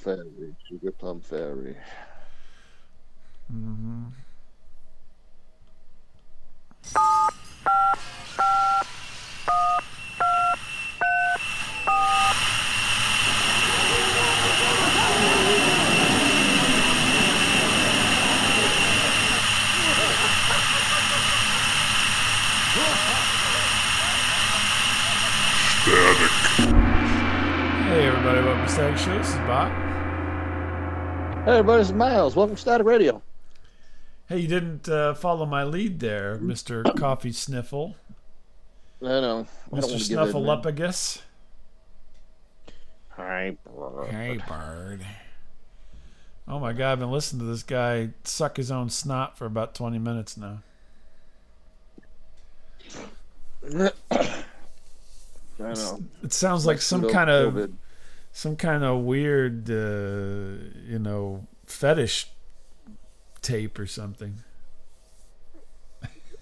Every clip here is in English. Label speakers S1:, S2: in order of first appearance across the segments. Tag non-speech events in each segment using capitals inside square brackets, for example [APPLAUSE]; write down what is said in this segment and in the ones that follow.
S1: fairy, sugar plum fairy.
S2: Mhm. Hey everybody, welcome to Static Show. This is Bot.
S1: Hey, everybody, it's Miles. Welcome to Static Radio.
S2: Hey, you didn't uh, follow my lead there,
S1: [COUGHS]
S2: Mister Coffee Sniffle,
S1: I know. I don't
S2: Mister
S1: want to give it.
S2: Snuffleupagus.
S1: Hi, [COUGHS]
S2: Hey, bird. Oh my god, I've been listening to this guy suck his own snot for about 20 minutes now.
S1: I know.
S2: It sounds like some
S1: Pseudo
S2: kind of
S1: COVID.
S2: some kind of weird, uh, you know, fetish tape or something.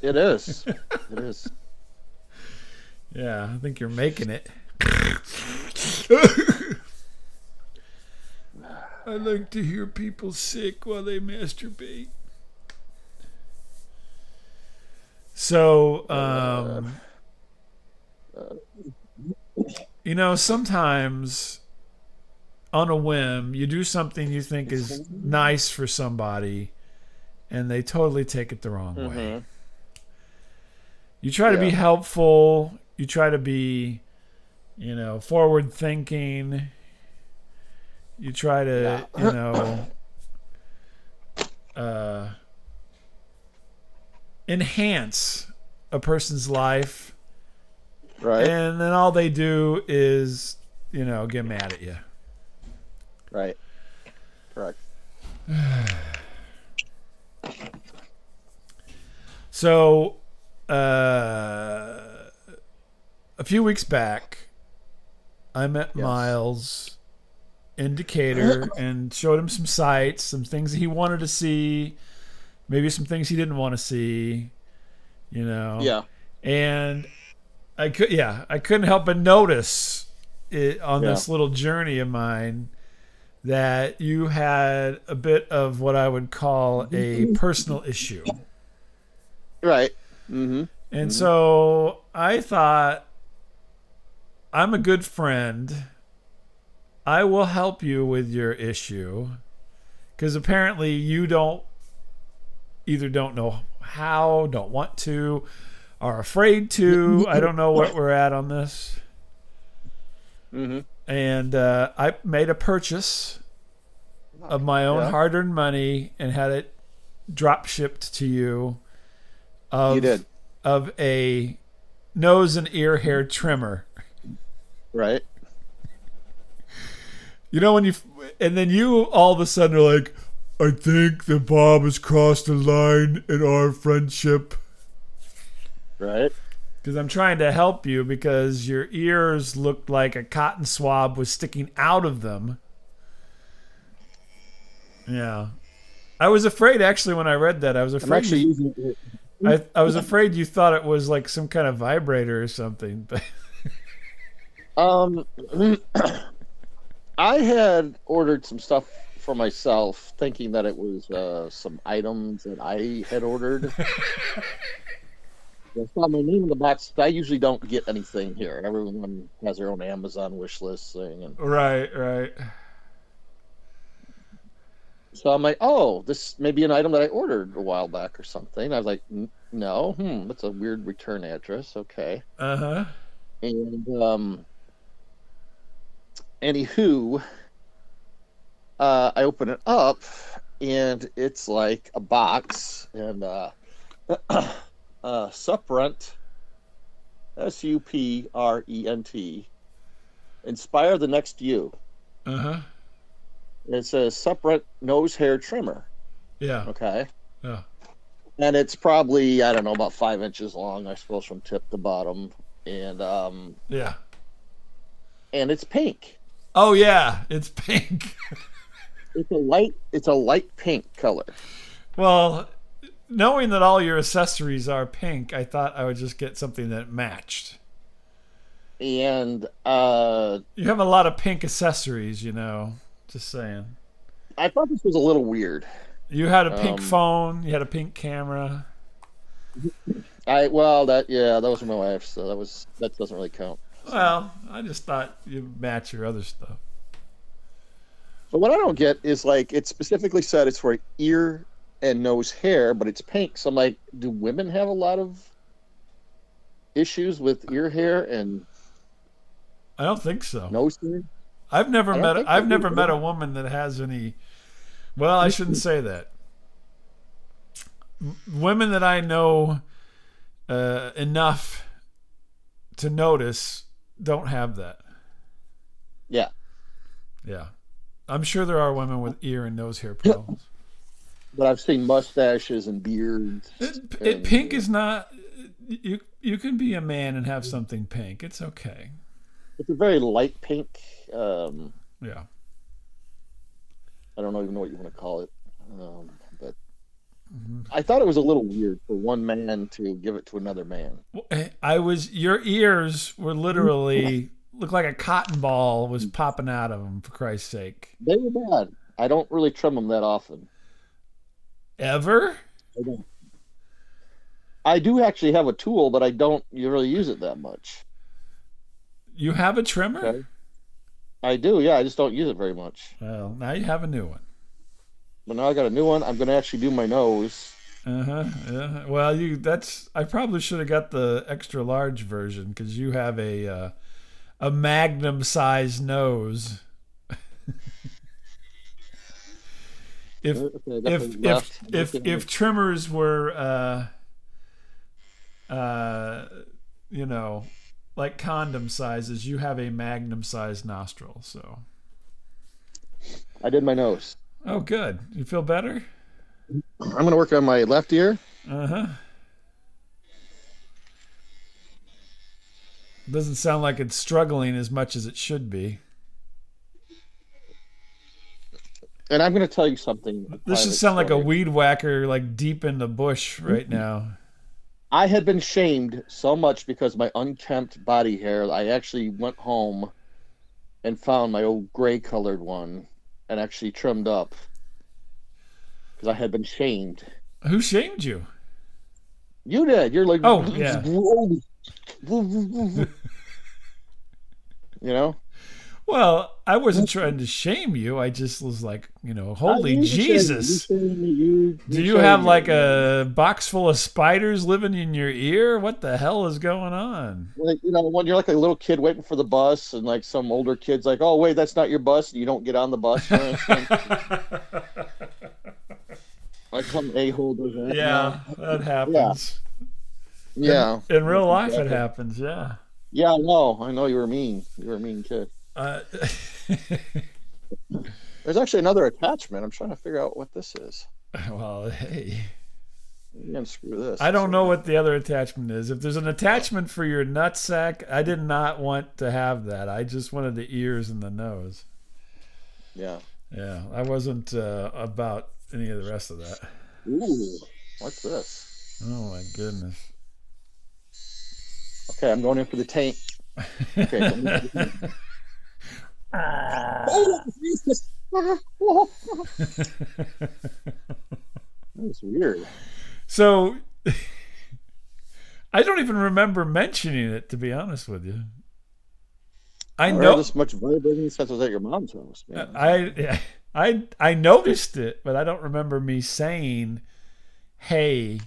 S1: It
S2: [LAUGHS]
S1: is. It is.
S2: Yeah, I think you're making it. [LAUGHS] I like to hear people sick while they masturbate. So, um, you know, sometimes on a whim, you do something you think is nice for somebody, and they totally take it the wrong way.
S1: Mhm.
S2: You try to be
S1: Yeah.
S2: helpful. You try to be, you know, forward thinking. You try to, you know, uh, enhance a person's life,
S1: Right.
S2: and then all they do is, you know, get mad at you.
S1: Right. Correct.
S2: So, uh, a few weeks back, I met
S1: Yes.
S2: Miles in
S1: [LAUGHS]
S2: Decatur and showed him some sights, some things that he wanted to see, maybe some things he didn't want to see, you know.
S1: Yeah.
S2: And I could, yeah, I couldn't help but notice it on
S1: Yeah.
S2: this little journey of mine that you had a bit of what I would call
S1: [LAUGHS]
S2: a personal issue.
S1: Right. Mm-hmm.
S2: And so I thought, I'm a good friend. I will help you with your issue. Because apparently you don't, either don't know how, don't want to, are afraid to. I don't know what we're at on this.
S1: Mhm.
S2: And uh, I made a purchase of my own
S1: Yeah.
S2: hard earned money and had it drop shipped to you. Of
S1: You did.
S2: of a nose and ear hair trimmer.
S1: Right.
S2: You know when you and then you all of a sudden are like, I think that Bob has crossed the line in our friendship
S1: Right.
S2: because I'm trying to help you because your ears looked like a cotton swab was sticking out of them. Yeah. I was afraid actually when I read that. I was
S1: I'm
S2: afraid
S1: actually using.
S2: I, I was afraid you thought it was like some kind of vibrator or something. But
S1: Um, [CLEARS THROAT] I had ordered some stuff for myself, thinking that it was uh, some items that I had ordered. I saw my name in the box. but I usually don't get anything here. Everyone has their own Amazon wish list thing, and
S2: [LAUGHS] right, right.
S1: so I'm like, "Oh, this may be an item that I ordered a while back or something." I was like, "N- "No, hmm, that's a weird return address." Okay.
S2: Uh-huh.
S1: And um, anywho, uh, I open it up, and it's like a box, and uh, [CLEARS THROAT] uh, Suprent, S U P R E N T, inspire the next you.
S2: Uh-huh.
S1: And it says Suprent nose hair trimmer.
S2: Yeah.
S1: Okay.
S2: Yeah.
S1: And it's probably I don't know about five inches long, I suppose, from tip to bottom, and um,
S2: Yeah.
S1: and it's pink.
S2: Oh yeah, it's [LAUGHS] pink.
S1: It's a light. It's a light pink color.
S2: well, knowing that all your accessories are pink, I thought I would just get something that matched.
S1: And uh,
S2: You have a lot of pink accessories, you know. Just saying.
S1: I thought this was a little weird.
S2: You had a pink
S1: Um,
S2: phone. You had a pink camera.
S1: I well that yeah that was my wife so that was that doesn't really count.
S2: Well, I just thought you match your other stuff.
S1: But what I don't get is like it specifically said it's for ear and nose hair, but it's pink. So I'm like, do women have a lot of issues with ear hair and
S2: I don't think so.
S1: nose hair?
S2: I've never
S1: I don't
S2: met.
S1: think
S2: I've
S1: they do,
S2: never
S1: do
S2: met
S1: they?
S2: a woman that has any. Well, I shouldn't say that. M- Women that I know uh, enough to notice don't have that.
S1: Yeah.
S2: Yeah, I'm sure there are women with ear and nose hair problems.
S1: But I've seen mustaches and beards.
S2: It, it,
S1: and-
S2: pink is not. You you can be a man and have something pink. It's okay.
S1: It's a very light pink. Um,
S2: Yeah.
S1: I don't even know what you want to call it. Um, but I thought it was a little weird for one man to give it to another man.
S2: eh, I was your ears were literally looked like a cotton ball was popping out of them for Christ's sake.
S1: They were bad. I don't really trim them that often.
S2: Ever?
S1: I don't. I do actually have a tool, but I don't really use it that much.
S2: You have a trimmer?
S1: Okay. I do, yeah. I just don't use it very much.
S2: Well, now you have a new one.
S1: But now I got a new one. I'm going to actually do my nose.
S2: Uh-huh. uh Well, you that's I probably should have got the extra large version cuz you have a uh, a magnum size nose. if
S1: Okay, I got
S2: if
S1: the
S2: if
S1: left.
S2: if if trimmers were uh uh you know like condom sizes you have a magnum sized nostril so
S1: I did my nose.
S2: oh good you feel better
S1: I'm going to work on my left ear.
S2: uh-huh doesn't sound like it's struggling as much as it should be
S1: And I'm going to tell you something.
S2: this
S1: private
S2: should sound like a
S1: story.
S2: weed whacker like deep in the bush right
S1: Mm-hmm.
S2: now
S1: I had been shamed so much because of my unkempt body hair. I actually went home and found my old gray colored one and actually trimmed up because I had been shamed.
S2: who shamed you
S1: You did. You're like, [LAUGHS]
S2: Oh, yeah.
S1: you know,
S2: Well, I wasn't trying to shame you. I just was like, you know, holy
S1: You shamed me,
S2: Jesus.
S1: you shamed me, you-
S2: Do you
S1: shamed
S2: have
S1: me.
S2: like a box full of spiders living in your ear? What the hell is going [LAUGHS] on?
S1: like you know when you're like a little kid waiting for the bus and like some older kid's like, oh wait, that's not your bus, and you don't get on the bus. For instance. like some eh? a hole does that.
S2: yeah, that happens.
S1: Yeah.
S2: In real life, it happens. Yeah.
S1: Yeah, I know. I know you were mean. You were a mean kid.
S2: Uh, [LAUGHS]
S1: There's actually another attachment. I'm trying to figure out what this is.
S2: well, hey.
S1: You're gonna screw this.
S2: I don't know what the other attachment is. If there's an attachment for your nutsack, I did not want to have that. I just wanted the ears and the nose.
S1: Yeah.
S2: Yeah, I wasn't uh, about any of the rest of that.
S1: Ooh. What's this?
S2: Oh my goodness.
S1: Okay, I'm going in for the tank. Okay. let me- Oh, Jesus. that was weird.
S2: [LAUGHS] so [LAUGHS] I don't even remember mentioning it to be honest with you. I
S1: I
S2: know Uh,
S1: heard this much vibrating since I was at your mom's house. Man.
S2: I I I noticed it, but I don't remember me saying, "Hey,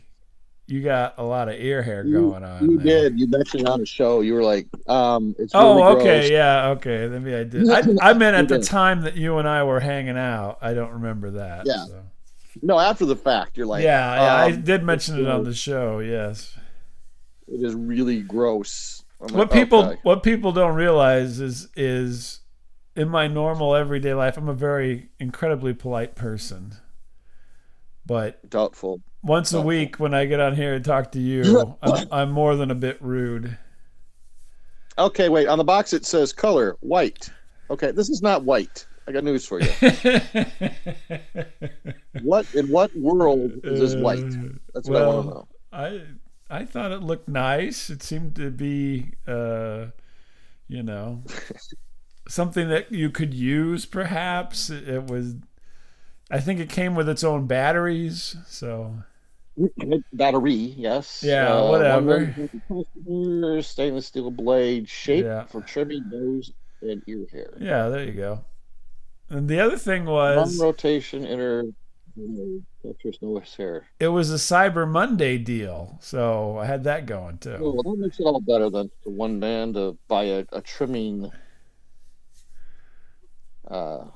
S2: you got a lot of ear hair
S1: You-
S2: going on."
S1: You
S2: there."
S1: did. You mentioned on a show. You were like, um, it's really
S2: Oh, okay,
S1: gross.
S2: yeah, okay. Maybe
S1: [LAUGHS]
S2: I did. I, I meant
S1: You
S2: at the
S1: did.
S2: time that you and I were hanging out. I don't remember that.
S1: Yeah.
S2: so.
S1: No, after the fact, you're like,
S2: yeah, yeah, I
S1: um,
S2: did mention it on
S1: weird.
S2: the show. Yes.
S1: it is really gross. I'm
S2: What
S1: like,
S2: people
S1: okay.
S2: what people don't realize is is in my normal everyday life, I'm a very incredibly polite person. But
S1: doubtful.
S2: once a week, when I get on here and talk
S1: [LAUGHS]
S2: to you, I'm, I'm more than a bit rude.
S1: Okay, wait. On the box it says color white. Okay, this is not white. I got news
S2: [LAUGHS]
S1: for you. what in what world is this
S2: [LAUGHS]
S1: white?
S2: Uh,
S1: That's what I want to know.
S2: Um,
S1: [CLEARS THROAT]
S2: well- I I thought it
S1: [LAUGHS]
S2: looked nice. It seemed to be, uh, you know, something that you could use perhaps it, it was i think it came with its own batteries so
S1: Battery, yes.
S2: Yeah,
S1: one
S2: whatever.
S1: millimeter Stainless steel blade shape
S2: Yeah.
S1: for trimming nose and ear hair.
S2: yeah there you go and the other thing
S1: Thumb
S2: was
S1: rotation inner captures nose hair.
S2: it was a cyber monday deal so i had that going
S1: Oh,
S2: too
S1: well, that makes it all better than for one man to buy a, a trimming. Uh,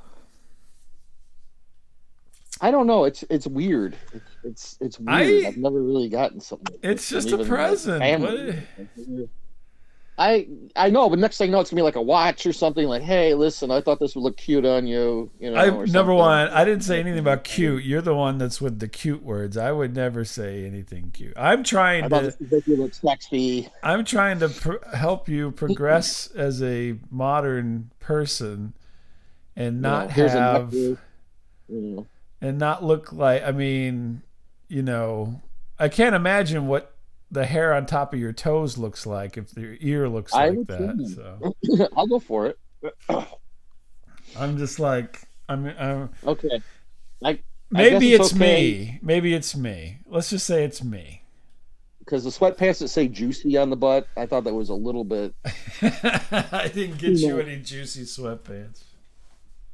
S1: I don't know. It's it's weird. It's it's, it's weird.
S2: I-
S1: I've never really gotten something. Like
S2: it's
S1: this
S2: just
S1: from
S2: a
S1: even my
S2: present
S1: family.
S2: what,
S1: I I know, but next thing you know, it's gonna be like a watch or something. Like, hey, listen, I thought this would look cute on you. You know,
S2: I
S1: or
S2: number
S1: something.
S2: one, I didn't say anything about cute. You're the one that's with the cute words. I would never say anything cute. I'm
S1: I
S2: trying
S1: thought
S2: to
S1: this would make you look sexy.
S2: I'm trying to pr- help you progress as a modern person and
S1: You
S2: not
S1: know, here's a
S2: have
S1: necklace. You know,
S2: and not look like I mean, you know, I can't imagine what the hair on top of your toes looks like if your ear looks
S1: I
S2: like
S1: would
S2: that.
S1: too. [LAUGHS]
S2: So
S1: I'll go for it.
S2: I'm just like I'm I'm
S1: Okay. I guess
S2: maybe
S1: it's
S2: it's
S1: okay.
S2: me. Maybe it's me. Let's just say it's me. [LAUGHS]
S1: Because the sweatpants that say juicy on the butt, I thought that was a little bit
S2: I didn't get
S1: No.
S2: you any juicy sweatpants.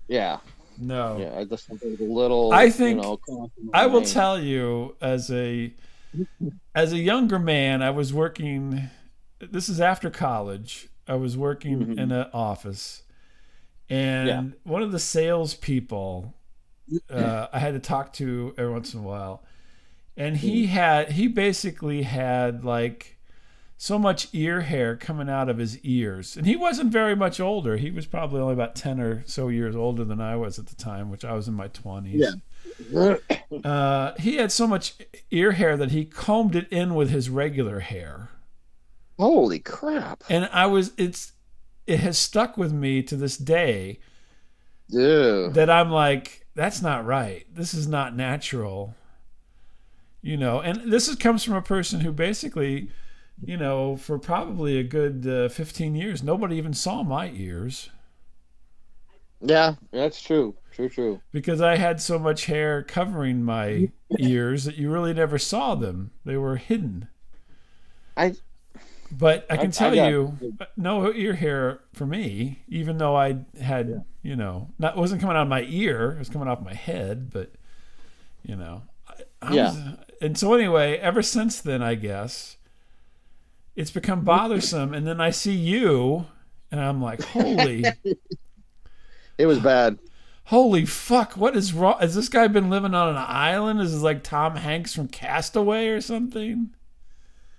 S1: yeah.
S2: No.
S1: Yeah. I just thought it was a little
S2: I
S1: you
S2: think-
S1: know, crossing the
S2: I will
S1: line.
S2: tell you as a as a younger man, I was working this is after college. I was working
S1: Mhm.
S2: in an office and
S1: Yeah.
S2: one of the salespeople uh, I had to talk to every once in a while. And he had he basically had like so much ear hair coming out of his ears. And he wasn't very much older. He was probably only about 10 or so years older than I was at the time, which I was in my 20s. Uh, he had so much ear hair that he combed it in with his regular hair.
S1: [CLEARS THROAT] Holy crap.
S2: And I was, it's, it has stuck with me to this day
S1: Dude.
S2: that I'm like, that's not right. This is not natural. You know, and this is, comes from a person who basically, you know, for probably a good uh, 15 years, nobody even saw my ears
S1: Yeah, that's true. True, true.
S2: because I had so much hair covering
S1: [LAUGHS]
S2: my ears that you really never saw them. They were hidden.
S1: I-
S2: But I
S1: I-
S2: can
S1: I
S2: tell
S1: got-
S2: you, no ear hair for me. Even though I had, you know, not it wasn't coming out of my ear; it was coming off my head. But you know, I, I
S1: Yeah.
S2: was- and so anyway, ever since then, I guess it's become bothersome. And then I see you, and I'm
S1: [LAUGHS]
S2: like, holy.
S1: It was bad.
S2: Holy fuck! What is wrong? Has this guy been living on an island? Is this like Tom Hanks from Castaway or something?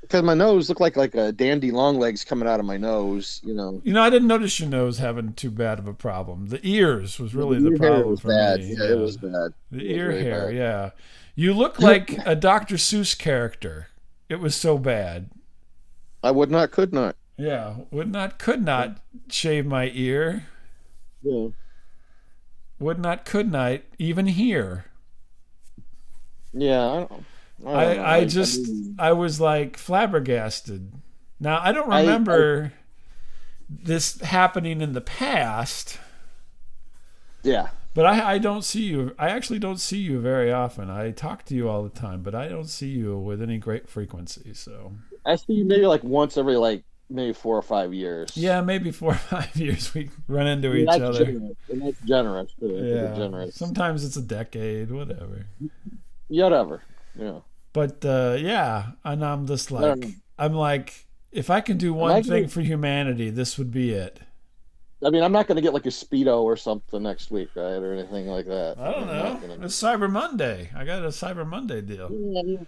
S1: Because my nose looked like like a dandy long legs coming out of my nose, you know.
S2: You know, I didn't notice your nose having too bad of a problem. The ears was really the
S1: Ear hair
S2: problem
S1: was
S2: for
S1: bad.
S2: me.
S1: Yeah, it was bad.
S2: the
S1: was
S2: ear
S1: really
S2: hair.
S1: bad.
S2: Yeah, you look like a Dr. Seuss character. It was so bad.
S1: I would not, could not.
S2: Yeah, would not, could not shave my ear.
S1: Yeah.
S2: Would not, could not even hear.
S1: Yeah. I, don't, I, don't know.
S2: Oh, I, I just
S1: mean,
S2: I was like flabbergasted. Now I don't
S1: I- I-
S2: remember this happening in the past,
S1: yeah.
S2: but I, I don't see you. I actually don't see you very often. I talk to you all the time, but I don't see you with any great frequency. So
S1: I see you maybe like once every like maybe four or five years.
S2: yeah, maybe four or [LAUGHS] five years we run into
S1: I mean,
S2: each
S1: that's
S2: other.
S1: generous. And that's generous. Too.
S2: Yeah,
S1: Yeah. Generous.
S2: sometimes it's a decade, whatever.
S1: Yeah, whatever. Yeah.
S2: But uh, yeah, and I'm just like
S1: know.
S2: I'm like if I can do one
S1: like
S2: thing
S1: it.
S2: for humanity, this would be it.
S1: I mean, I'm not going to get like a speedo or something next week, right, or anything like that.
S2: I don't
S1: I'm
S2: know.
S1: not gonna-
S2: It's Cyber Monday. I got a Cyber Monday deal.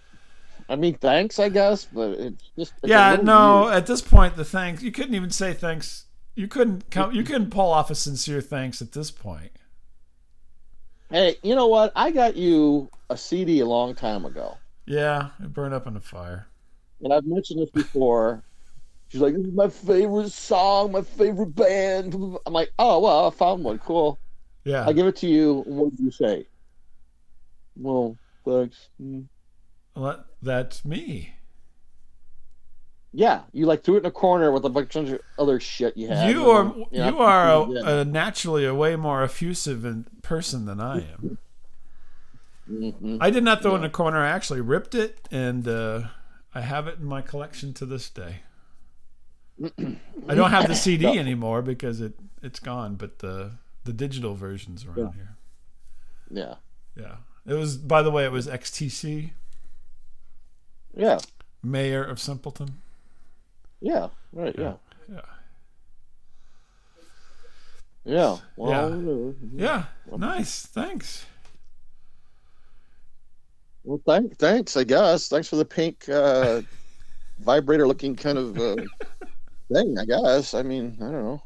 S1: I mean, thanks, I guess, but it's just it's a
S2: Yeah,
S1: little
S2: no.
S1: weird.
S2: At this point, the thanks you couldn't even say thanks. You couldn't come. You couldn't pull off a sincere thanks at this point.
S1: Hey, you know what? I got you a CD a long time ago,
S2: Yeah, it burned up in the fire.
S1: and I've mentioned this before. She's like, "This is my favorite song, my favorite band." I'm like, "Oh well, I found one. Cool.
S2: Yeah,
S1: I give it to you. What do you say?" Well, thanks. Mm.
S2: Well, that's me.
S1: Yeah, you like threw it in a corner with a bunch of other shit you had.
S2: you are
S1: And,
S2: you
S1: know,
S2: are
S1: you did.
S2: a, a naturally a way more effusive in person than I am.
S1: Mhm.
S2: I did not throw it in a corner. I actually ripped it, and uh, I have it in my collection to this day. I don't have the CD anymore because it it's gone, but the the digital versions
S1: Yeah.
S2: around here.
S1: Yeah,
S2: Yeah, it was. By the way, it was XTC
S1: yeah,
S2: Mayor of Simpleton.
S1: yeah, right, yeah,
S2: Yeah.
S1: yeah. Well, uh,
S2: Yeah, nice. Thanks.
S1: well, thank, thanks. I guess thanks for the pink uh, vibrator-looking kind of
S2: [LAUGHS]
S1: uh, thing. I guess. I mean, I don't know.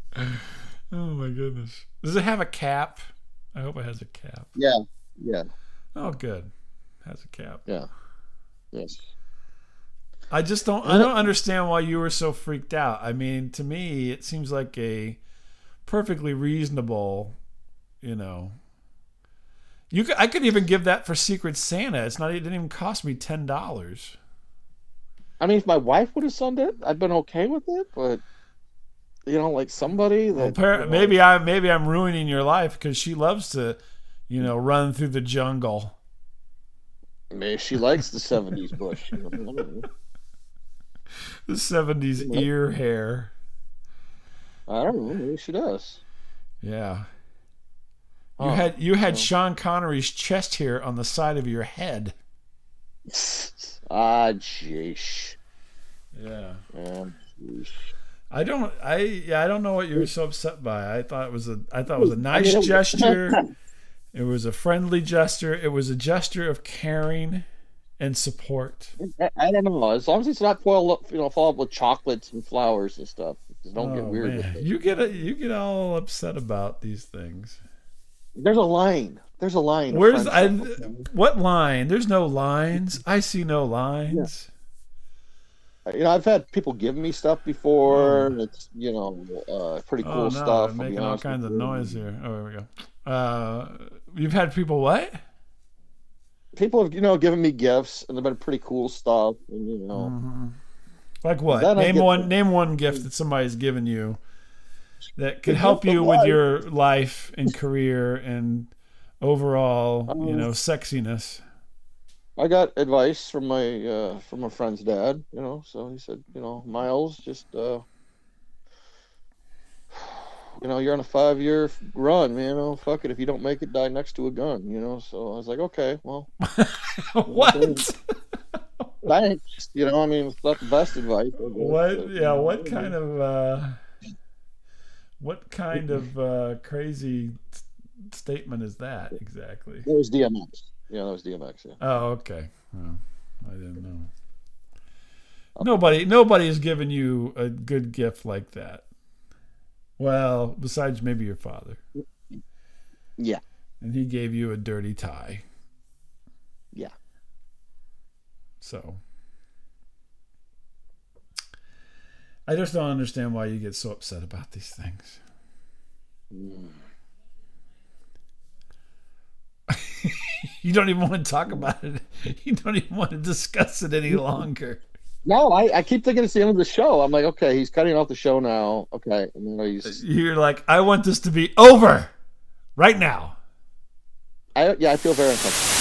S2: Oh my goodness. Does it have a cap? I hope it has a cap.
S1: Yeah, yeah,
S2: Oh, good. Has a cap.
S1: yes.
S2: I just don't. I don't understand why you were so freaked out. I mean, to me, it seems like a perfectly reasonable, you know. You could, I could even give that for Secret Santa. It's not. It didn't even cost me ten dollars.
S1: I mean, if my wife would have sent it, I'd been okay with it. But you know, like somebody that
S2: Well, appar-
S1: you know,
S2: maybe I maybe I'm ruining your life because she loves to, you know, run through the jungle.
S1: maybe she likes the '70s Bush. you know, I don't know.
S2: The '70s ear hair.
S1: I don't know. Maybe she does. [LAUGHS]
S2: Yeah. You
S1: Huh.
S2: had you had Sean Connery's chest hair on the side of your head.
S1: Ah, jeez.
S2: Yeah.
S1: Yeah, jeez.
S2: I don't I yeah, I don't know what you were so upset by. I thought it was a I thought it was a nice
S1: mean, it-
S2: gesture. it was a friendly gesture. It was a gesture of caring and support.
S1: [LAUGHS] I, I don't know. As long as it's not foil up, you know, follow up with chocolates and flowers and stuff. Just don't get
S2: Oh,
S1: weird with
S2: man.
S1: it.
S2: You get a, you get all upset about these things.
S1: There's a line. There's a line. of
S2: Where's I
S1: friendship, okay?
S2: what line? There's no lines. I see no lines.
S1: You know, I've had people give me stuff before. and It's you know, uh, pretty cool
S2: oh no,
S1: stuff.
S2: I'm
S1: I'll be
S2: making all
S1: honest
S2: kinds
S1: with
S2: of
S1: you.
S2: noise here. Oh, here we go. Uh, you've had people what?
S1: People have you know given me gifts and they've been pretty cool stuff. And you know,
S2: Mm-hmm. Like what?
S1: Then I
S2: Name
S1: get
S2: one.
S1: the-
S2: Name one gift that somebody's given you that could
S1: gift
S2: help
S1: of
S2: you with
S1: life.
S2: your life and career and overall, you
S1: Um,
S2: know, sexiness. Mm.
S1: I got advice from my uh, from a friend's dad. You know, so he said, you know, Miles, just uh, you know, you're on a five year run. You know, fuck it. If you don't make it, die next to a gun. You know. So I was like, okay, well,
S2: what?
S1: thanks. You know, I mean, it's not the best advice. I guess,
S2: What?
S1: but,
S2: Yeah. What kind of? uh What kind of uh crazy s- statement is that exactly?
S1: That was DMX. Yeah, that was DMX. Yeah.
S2: Oh, okay. Well, I didn't know. Nobody, nobody has given you a good gift like that. Well, besides maybe your father,
S1: Yeah.
S2: and he gave you a dirty tie.
S1: Yeah.
S2: So, I just don't understand why you get so upset about these things. you don't even want to talk about it. [LAUGHS] You don't even want to discuss it
S1: [LAUGHS]
S2: any longer.
S1: No, I, I keep thinking it's the end of the show. I'm like, okay, he's cutting off the show now. Okay, and then he's,
S2: You're like, I want this to be over right now.
S1: I yeah, I feel very uncomfortable.